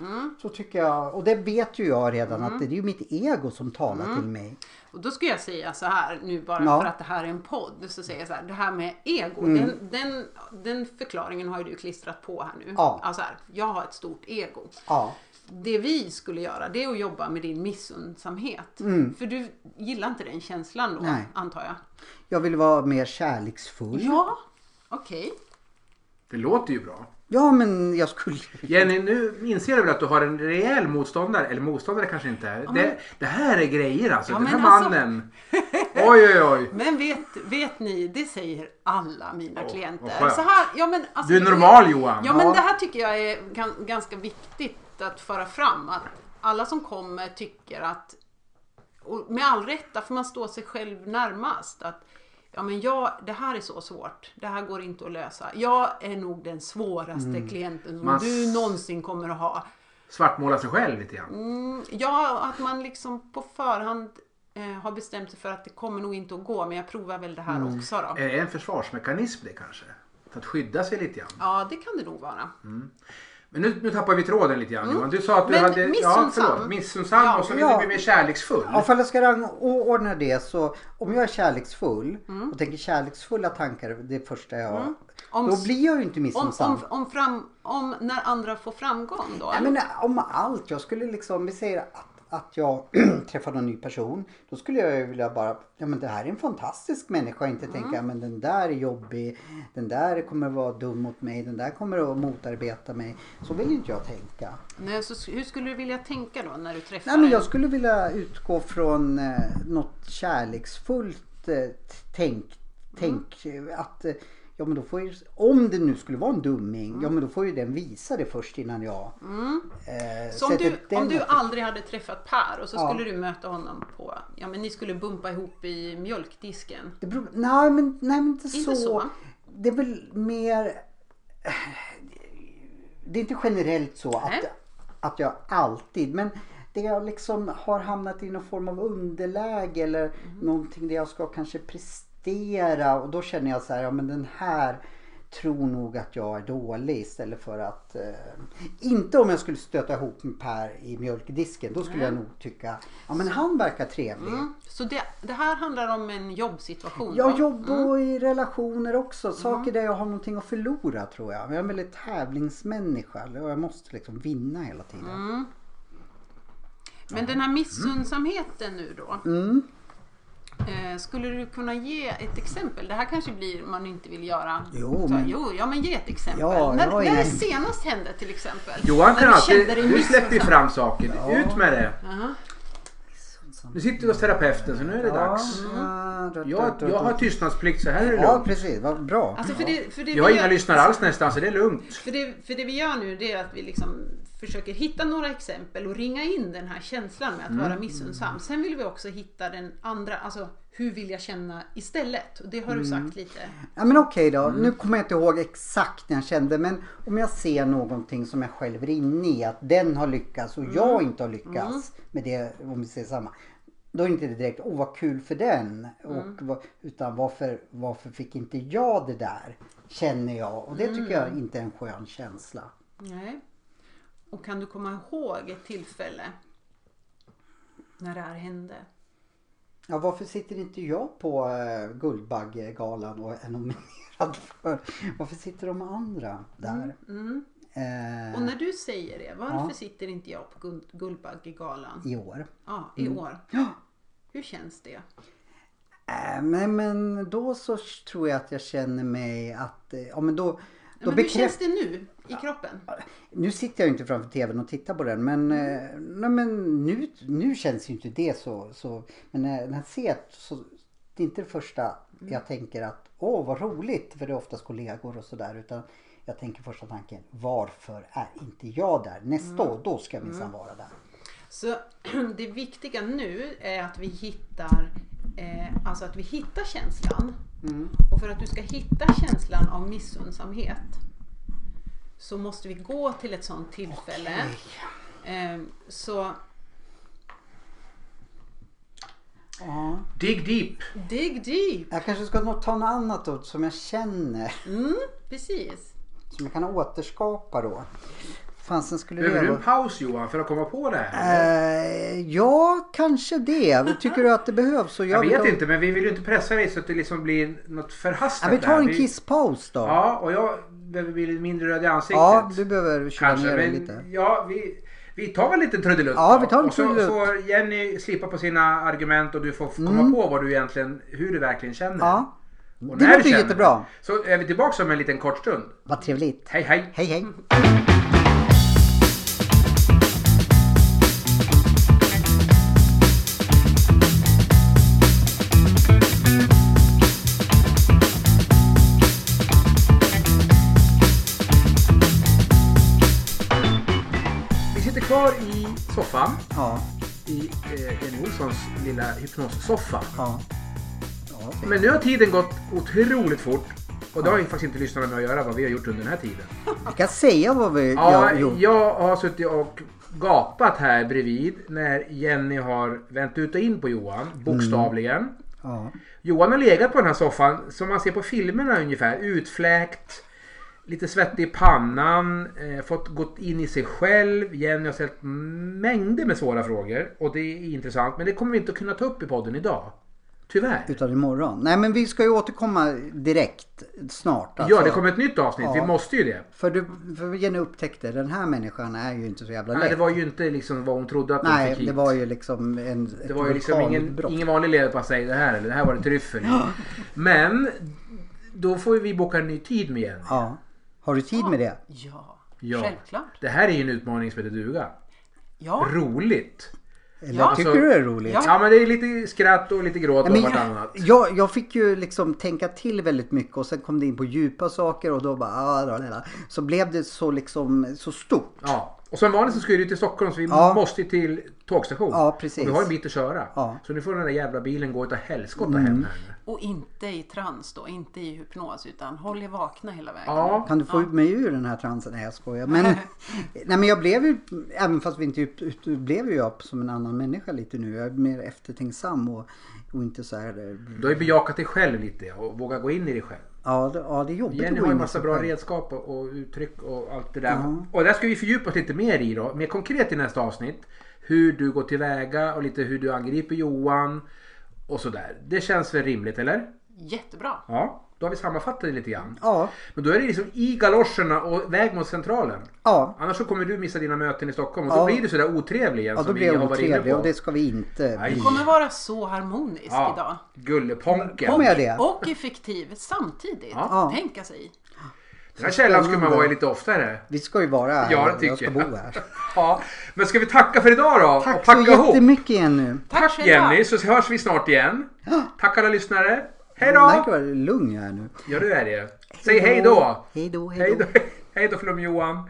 Speaker 3: Mm.
Speaker 1: så tycker jag och det vet ju jag redan att det är ju mitt ego som talar till
Speaker 3: Mm.
Speaker 1: mig.
Speaker 3: Och då ska jag säga så här nu bara
Speaker 1: Ja. Mm.
Speaker 3: för att det här är en podd. Så säger jag så här, det här med ego. Den, den, den förklaringen har ju du klistrat på här nu.
Speaker 1: Ja.
Speaker 3: Alltså här, jag har ett stort ego.
Speaker 1: Ja.
Speaker 3: Det vi skulle göra det är att jobba med din missundsamhet. För du gillar inte den känslan då
Speaker 1: Nej.
Speaker 3: antar jag?
Speaker 1: Jag vill vara mer kärleksfull.
Speaker 3: Ja, okej.
Speaker 2: Det låter ju bra.
Speaker 1: Ja men jag skulle
Speaker 2: Jenny, nu inser du väl att du har en rejäl motståndare, eller motståndare kanske inte är. Det, det här är grejer alltså,
Speaker 3: Ja,
Speaker 2: den här
Speaker 3: men alltså-
Speaker 2: mannen. Oj, oj, oj.
Speaker 3: Men vet, vet ni, det säger alla mina klienter.
Speaker 2: vad skönt.
Speaker 3: så här, ja, men, alltså,
Speaker 2: Du är normal Johan.
Speaker 3: Ja, men det här tycker jag är gan- ganska viktigt att föra fram. Att alla som kommer tycker att, och med all rätt, för man står sig själv närmast. Att, ja, men jag, det här är så svårt. Det här går inte att lösa. Jag är nog den svåraste klienten som
Speaker 2: Mm. Man
Speaker 3: du
Speaker 2: s-
Speaker 3: någonsin kommer att ha.
Speaker 2: Svartmåla sig själv lite grann.
Speaker 3: Mm, ja, att man liksom på förhand eh, har bestämt sig för att det kommer nog inte att gå, men jag provar väl det här
Speaker 2: Mm.
Speaker 3: också då.
Speaker 2: Är det en försvarsmekanism det kanske? För att skydda sig lite grann.
Speaker 3: Ja, det kan det nog vara.
Speaker 1: Mm.
Speaker 2: Men nu, nu tappar vi tråden lite grann Johan. Du sa att du
Speaker 3: Mm. Men
Speaker 2: hade...
Speaker 3: missunnsam.
Speaker 2: Ja, förlåt. Missunnsam
Speaker 3: Ja,
Speaker 2: och så vill
Speaker 1: ja.
Speaker 2: du bli mer kärleksfull.
Speaker 1: Ja, ifall jag ska rangordna det så om jag är kärleksfull
Speaker 3: Mm.
Speaker 1: och tänker kärleksfulla tankar det är första jag
Speaker 3: Om-
Speaker 1: Då blir jag ju inte
Speaker 3: Om,
Speaker 1: missunnsam.
Speaker 3: Mm. om, om, fram, om när andra får framgång då?
Speaker 1: Nej, men eh, om allt. Jag skulle liksom, vi säger att, att jag träffar någon ny person. Då skulle jag ju vilja bara, ja men det här är en fantastisk människa. Inte tänka, men den där är jobbig. Den där kommer att vara dum mot mig. Den där kommer att motarbeta mig. Så vill ju inte jag tänka.
Speaker 3: Nej, så, hur skulle du vilja tänka då när du träffar
Speaker 1: Nej men jag
Speaker 3: en-
Speaker 1: skulle vilja utgå från eh, något kärleksfullt eh, t- tänk.
Speaker 3: Mm.
Speaker 1: Tänk eh, att eh, Ja men då får ju, om det nu skulle vara en dumming,
Speaker 3: Mm.
Speaker 1: ja men då får ju den visa det först innan jag eh,
Speaker 3: så om,
Speaker 1: sätter
Speaker 3: du,
Speaker 1: den
Speaker 3: om du
Speaker 1: attityden.
Speaker 3: aldrig hade träffat Per och så
Speaker 1: Ja.
Speaker 3: skulle du möta honom på, ja men ni skulle bumpa ihop i mjölkdisken.
Speaker 1: Det beror, nej, men, nej men inte,
Speaker 3: Mm.
Speaker 1: så.
Speaker 3: Inte så.
Speaker 1: Det är väl mer... Det är inte generellt så att,
Speaker 3: Nej.
Speaker 1: att jag alltid, men det jag liksom har hamnat i någon form av underläge eller
Speaker 3: Mm.
Speaker 1: någonting där jag ska kanske prestera och då känner jag så här, ja men den här tror nog att jag är dålig istället för att... Eh, inte om jag skulle stöta ihop med Per i mjölkdisken. Då skulle jag nog tycka, ja men han verkar trevlig.
Speaker 3: Mm. Så det, det här handlar om en jobbsituation?
Speaker 1: Jag
Speaker 3: va?
Speaker 1: jobbar
Speaker 2: Mm.
Speaker 1: i relationer också. Saker där jag har någonting att förlora tror jag. Jag är en väldigt tävlingsmänniska. Och jag måste liksom vinna hela tiden.
Speaker 2: Mm.
Speaker 3: Men den här missundsamheten nu då.
Speaker 1: Mm.
Speaker 3: Eh, Skulle du kunna ge ett exempel? Det här kanske blir man inte vill göra.
Speaker 1: Jo,
Speaker 3: Så,
Speaker 1: men-
Speaker 3: jo ja, men ge ett exempel.
Speaker 1: Ja,
Speaker 3: när
Speaker 1: jag är-
Speaker 3: när det senast hände till exempel?
Speaker 2: Johan
Speaker 3: När
Speaker 2: kan
Speaker 3: du kände dig
Speaker 2: alltid... Nu släpper vi
Speaker 3: missunnsam.
Speaker 2: fram saken. Ut med det.
Speaker 3: Jaha.
Speaker 2: Nu sitter vi hos terapeuten så nu är det dags.
Speaker 1: Ja,
Speaker 2: Mm. Jag, jag har tystnadsplikt så här är det
Speaker 1: Ja
Speaker 2: lugnt.
Speaker 1: precis, vad bra.
Speaker 3: Alltså för det, för det
Speaker 2: Jag har
Speaker 3: vi
Speaker 2: inga
Speaker 3: gör-
Speaker 2: lyssnare alls nästan så det är lugnt.
Speaker 3: För det, för det vi gör nu det är att vi liksom försöker hitta några exempel och ringa in den här känslan med att
Speaker 2: Mm.
Speaker 3: vara missunnsam. Sen vill vi också hitta den andra, alltså hur vill jag känna istället? Och det har du
Speaker 1: Mm.
Speaker 3: sagt lite.
Speaker 1: Ja men okej då,
Speaker 3: Mm.
Speaker 1: nu kommer jag inte ihåg exakt när jag kände men om jag ser någonting som jag själv är inne i, att den har lyckats och
Speaker 3: Mm.
Speaker 1: jag inte har lyckats med det, om vi säger samma. Då är det inte direkt, åh vad kul för den.
Speaker 3: Mm.
Speaker 1: Och, vad- utan varför, varför fick inte jag det där? Känner jag. Och det
Speaker 3: Mm.
Speaker 1: tycker jag inte är en skön känsla.
Speaker 3: Nej. Och kan du komma ihåg ett tillfälle när det här hände?
Speaker 1: Ja, varför sitter inte jag på eh, Guldbaggegalan och är nominerad för? Varför sitter de andra där?
Speaker 3: Mm.
Speaker 1: Eh,
Speaker 3: Och när du säger det, varför
Speaker 1: Ja.
Speaker 3: sitter inte jag på Guld- Guldbaggegalan
Speaker 1: I år.
Speaker 3: ja, i år? Hur känns det?
Speaker 1: Äh, men, men då så tror jag att jag känner mig att... eh, Ja, men då, då
Speaker 3: Men hur
Speaker 1: bekräftar...
Speaker 3: känns det nu i kroppen?
Speaker 1: Nu sitter jag ju inte framför tvn och tittar på den men,
Speaker 3: Mm.
Speaker 1: eh, nej, men nu, nu känns ju inte det så. så men eh, när när jag ser det så det är inte det första
Speaker 3: Mm.
Speaker 1: jag tänker att åh vad roligt för det är oftast kollegor och sådär utan jag tänker första tanken varför är inte jag där
Speaker 3: Mm.
Speaker 1: nästa år? Då ska jag minsann vara där.
Speaker 3: Så det viktiga nu är att vi hittar eh, Alltså att vi hittar känslan. Och för att du ska hitta känslan av missundsamhet så måste vi gå till ett sånt tillfälle. Eh, så
Speaker 1: Ja.
Speaker 2: Dig deep.
Speaker 3: dig deep!
Speaker 1: Jag kanske ska nog ta något annat då, som jag känner
Speaker 3: Mm, precis.
Speaker 1: som jag kan återskapa då. Fansen skulle
Speaker 2: Behöver du
Speaker 1: leva...
Speaker 2: en paus Johan för att komma på det här?
Speaker 1: Eh, ja, kanske det. Tycker du att det behövs? Och
Speaker 2: Jag
Speaker 1: vill
Speaker 2: vet
Speaker 1: ha-
Speaker 2: inte men vi vill ju inte pressa dig så att det liksom blir något
Speaker 1: Ja,
Speaker 2: förhastat.
Speaker 1: vi tar en
Speaker 2: där.
Speaker 1: kisspaus då. Ja,
Speaker 2: Ja, och jag behöver bli lite mindre röd i ansiktet.
Speaker 1: du behöver kyla
Speaker 2: Kanske,
Speaker 1: ner dig
Speaker 2: men
Speaker 1: lite.
Speaker 2: ja, vi, vi tar väl lite trudelutt
Speaker 1: Ja,
Speaker 2: då.
Speaker 1: vi tar en
Speaker 2: Och så
Speaker 1: trudelutt. Mm.
Speaker 2: får Jenny slippa på sina argument och du får komma på vad du egentligen, hur du verkligen känner.
Speaker 1: Ja, det
Speaker 2: och när du
Speaker 1: låter
Speaker 2: känner.
Speaker 1: jättebra.
Speaker 2: Så är vi tillbaka om en liten kort stund.
Speaker 1: Vad trevligt.
Speaker 2: Hej hej!
Speaker 1: Hej, hej.
Speaker 2: Vi sitter kvar i soffan.
Speaker 1: Ja,
Speaker 2: I eh, Jenny Olssons lilla hypnossoffa.
Speaker 1: ja. ja det-
Speaker 2: Men nu har tiden gått otroligt fort. Och det har ju faktiskt inte lyssnarna med att göra vad vi har gjort under den här tiden.
Speaker 1: Vi kan säga vad vi
Speaker 2: Ja,
Speaker 1: ja, gjort.
Speaker 2: jag har suttit och gapat här bredvid när Jenny har vänt ut och in på Johan, bokstavligen.
Speaker 1: Mm. Ja.
Speaker 2: Johan har legat på den här soffan som man ser på filmerna ungefär. Utfläkt, lite svettig i pannan, eh, fått gått in i sig själv. Jenny har ställt mängder med svåra frågor och det är intressant. Men det kommer vi inte att kunna ta upp i podden idag. Tyvärr.
Speaker 1: Utan imorgon. Nej, men vi ska ju återkomma direkt snart. Alltså.
Speaker 2: Ja, det kommer ett nytt avsnitt.
Speaker 1: Ja.
Speaker 2: Vi måste ju det.
Speaker 1: För, du, för Jenny upptäckte, den här människan är ju inte så jävla lätt.
Speaker 2: Nej, det var ju inte liksom vad hon trodde att hon
Speaker 1: Nej,
Speaker 2: fick hit.
Speaker 1: det var ju liksom en, ett
Speaker 2: Det var ju liksom ingen,
Speaker 1: vulkanutbrott.
Speaker 2: ingen vanlig leverpastej det här eller det här var det tryffel Men då får ju vi boka en ny tid med Jenny.
Speaker 1: Ja. Har du tid med det?
Speaker 3: Ja,
Speaker 2: Ja.
Speaker 3: självklart.
Speaker 2: Det här är ju en utmaning som heter duga.
Speaker 3: Ja.
Speaker 2: Roligt!
Speaker 1: Eller
Speaker 3: Ja.
Speaker 1: tycker
Speaker 2: Alltså-
Speaker 1: du det är roligt?
Speaker 2: Ja men det är lite skratt och lite gråt och
Speaker 1: Men
Speaker 2: vartannat.
Speaker 1: jag, jag fick ju liksom tänka till väldigt mycket och sen kom det in på djupa saker och då bara ah, la, la, la. Så blev det så liksom så stort.
Speaker 2: Ja. Och som vanligt så ska vi till Stockholm så vi
Speaker 1: Ja.
Speaker 2: måste till tågstation.
Speaker 1: Ja, precis.
Speaker 2: Och vi har en bit att köra.
Speaker 1: Ja. Mm.
Speaker 2: Så nu får den där jävla bilen gå utav helskotta hem här nu.
Speaker 3: Och inte i trans då, inte i hypnos utan håll er vakna hela vägen.
Speaker 2: Ja.
Speaker 1: Kan du få ut mig ur den här transen? Nej jag skojar. Men, nej, men jag blev ju, även fast vi inte ut, ut, blev ju jag som en annan människa lite nu. Jag är mer eftertänksam och, och inte så här. eh,
Speaker 2: Du har ju bejakat dig själv lite och vågat gå in i dig själv.
Speaker 1: Ja, det, ja, det är jobbigt
Speaker 2: Jenny
Speaker 1: att gå
Speaker 2: har
Speaker 1: in
Speaker 2: en
Speaker 1: i
Speaker 2: massa
Speaker 1: sig
Speaker 2: bra
Speaker 1: själv.
Speaker 2: redskap och, och uttryck och allt det där. Och där ska vi fördjupa oss lite mer i då. Mer konkret i nästa avsnitt. Hur du går tillväga och lite hur du angriper Johan. Och sådär. Det känns väl rimligt eller?
Speaker 3: Jättebra.
Speaker 2: Ja, då har vi sammanfattat det lite grann.
Speaker 1: Ja,
Speaker 2: Men då är det liksom i galoscherna och väg mot centralen.
Speaker 1: ja.
Speaker 2: Annars så kommer du missa dina möten i Stockholm och då
Speaker 1: Ja.
Speaker 2: blir du sådär otrevlig igen
Speaker 1: Ja, då
Speaker 2: som
Speaker 1: blir
Speaker 2: vi har
Speaker 1: jag
Speaker 2: varit inne
Speaker 1: otrevlig
Speaker 2: på.
Speaker 1: och det ska vi inte
Speaker 2: Nej.
Speaker 1: bli.
Speaker 3: Det kommer vara så harmonisk idag.
Speaker 2: Ja, gulleponken.
Speaker 1: Kommer jag det?
Speaker 3: Och effektiv samtidigt.
Speaker 2: Ja.
Speaker 3: Tänka sig.
Speaker 2: Den här källan skulle man vara i lite oftare.
Speaker 1: Vi ska ju vara här.
Speaker 2: Ja, det
Speaker 1: jag
Speaker 2: tycker
Speaker 1: ska
Speaker 2: jag.
Speaker 1: bo här.
Speaker 2: Ja, men ska vi tacka för idag då? och
Speaker 1: Tack så
Speaker 2: packa ihop.
Speaker 1: jättemycket igen nu.
Speaker 3: Tack
Speaker 2: Tack
Speaker 3: själva.
Speaker 2: Jenny, så hörs vi snart igen. Tack alla lyssnare. Hej
Speaker 1: Jag
Speaker 2: då!
Speaker 1: märker vad lugn jag är nu.
Speaker 2: Ja, du är det. Säg hej då!
Speaker 1: Hej då, hej
Speaker 2: Hej
Speaker 1: då.
Speaker 2: då, hej då Flum-Johan.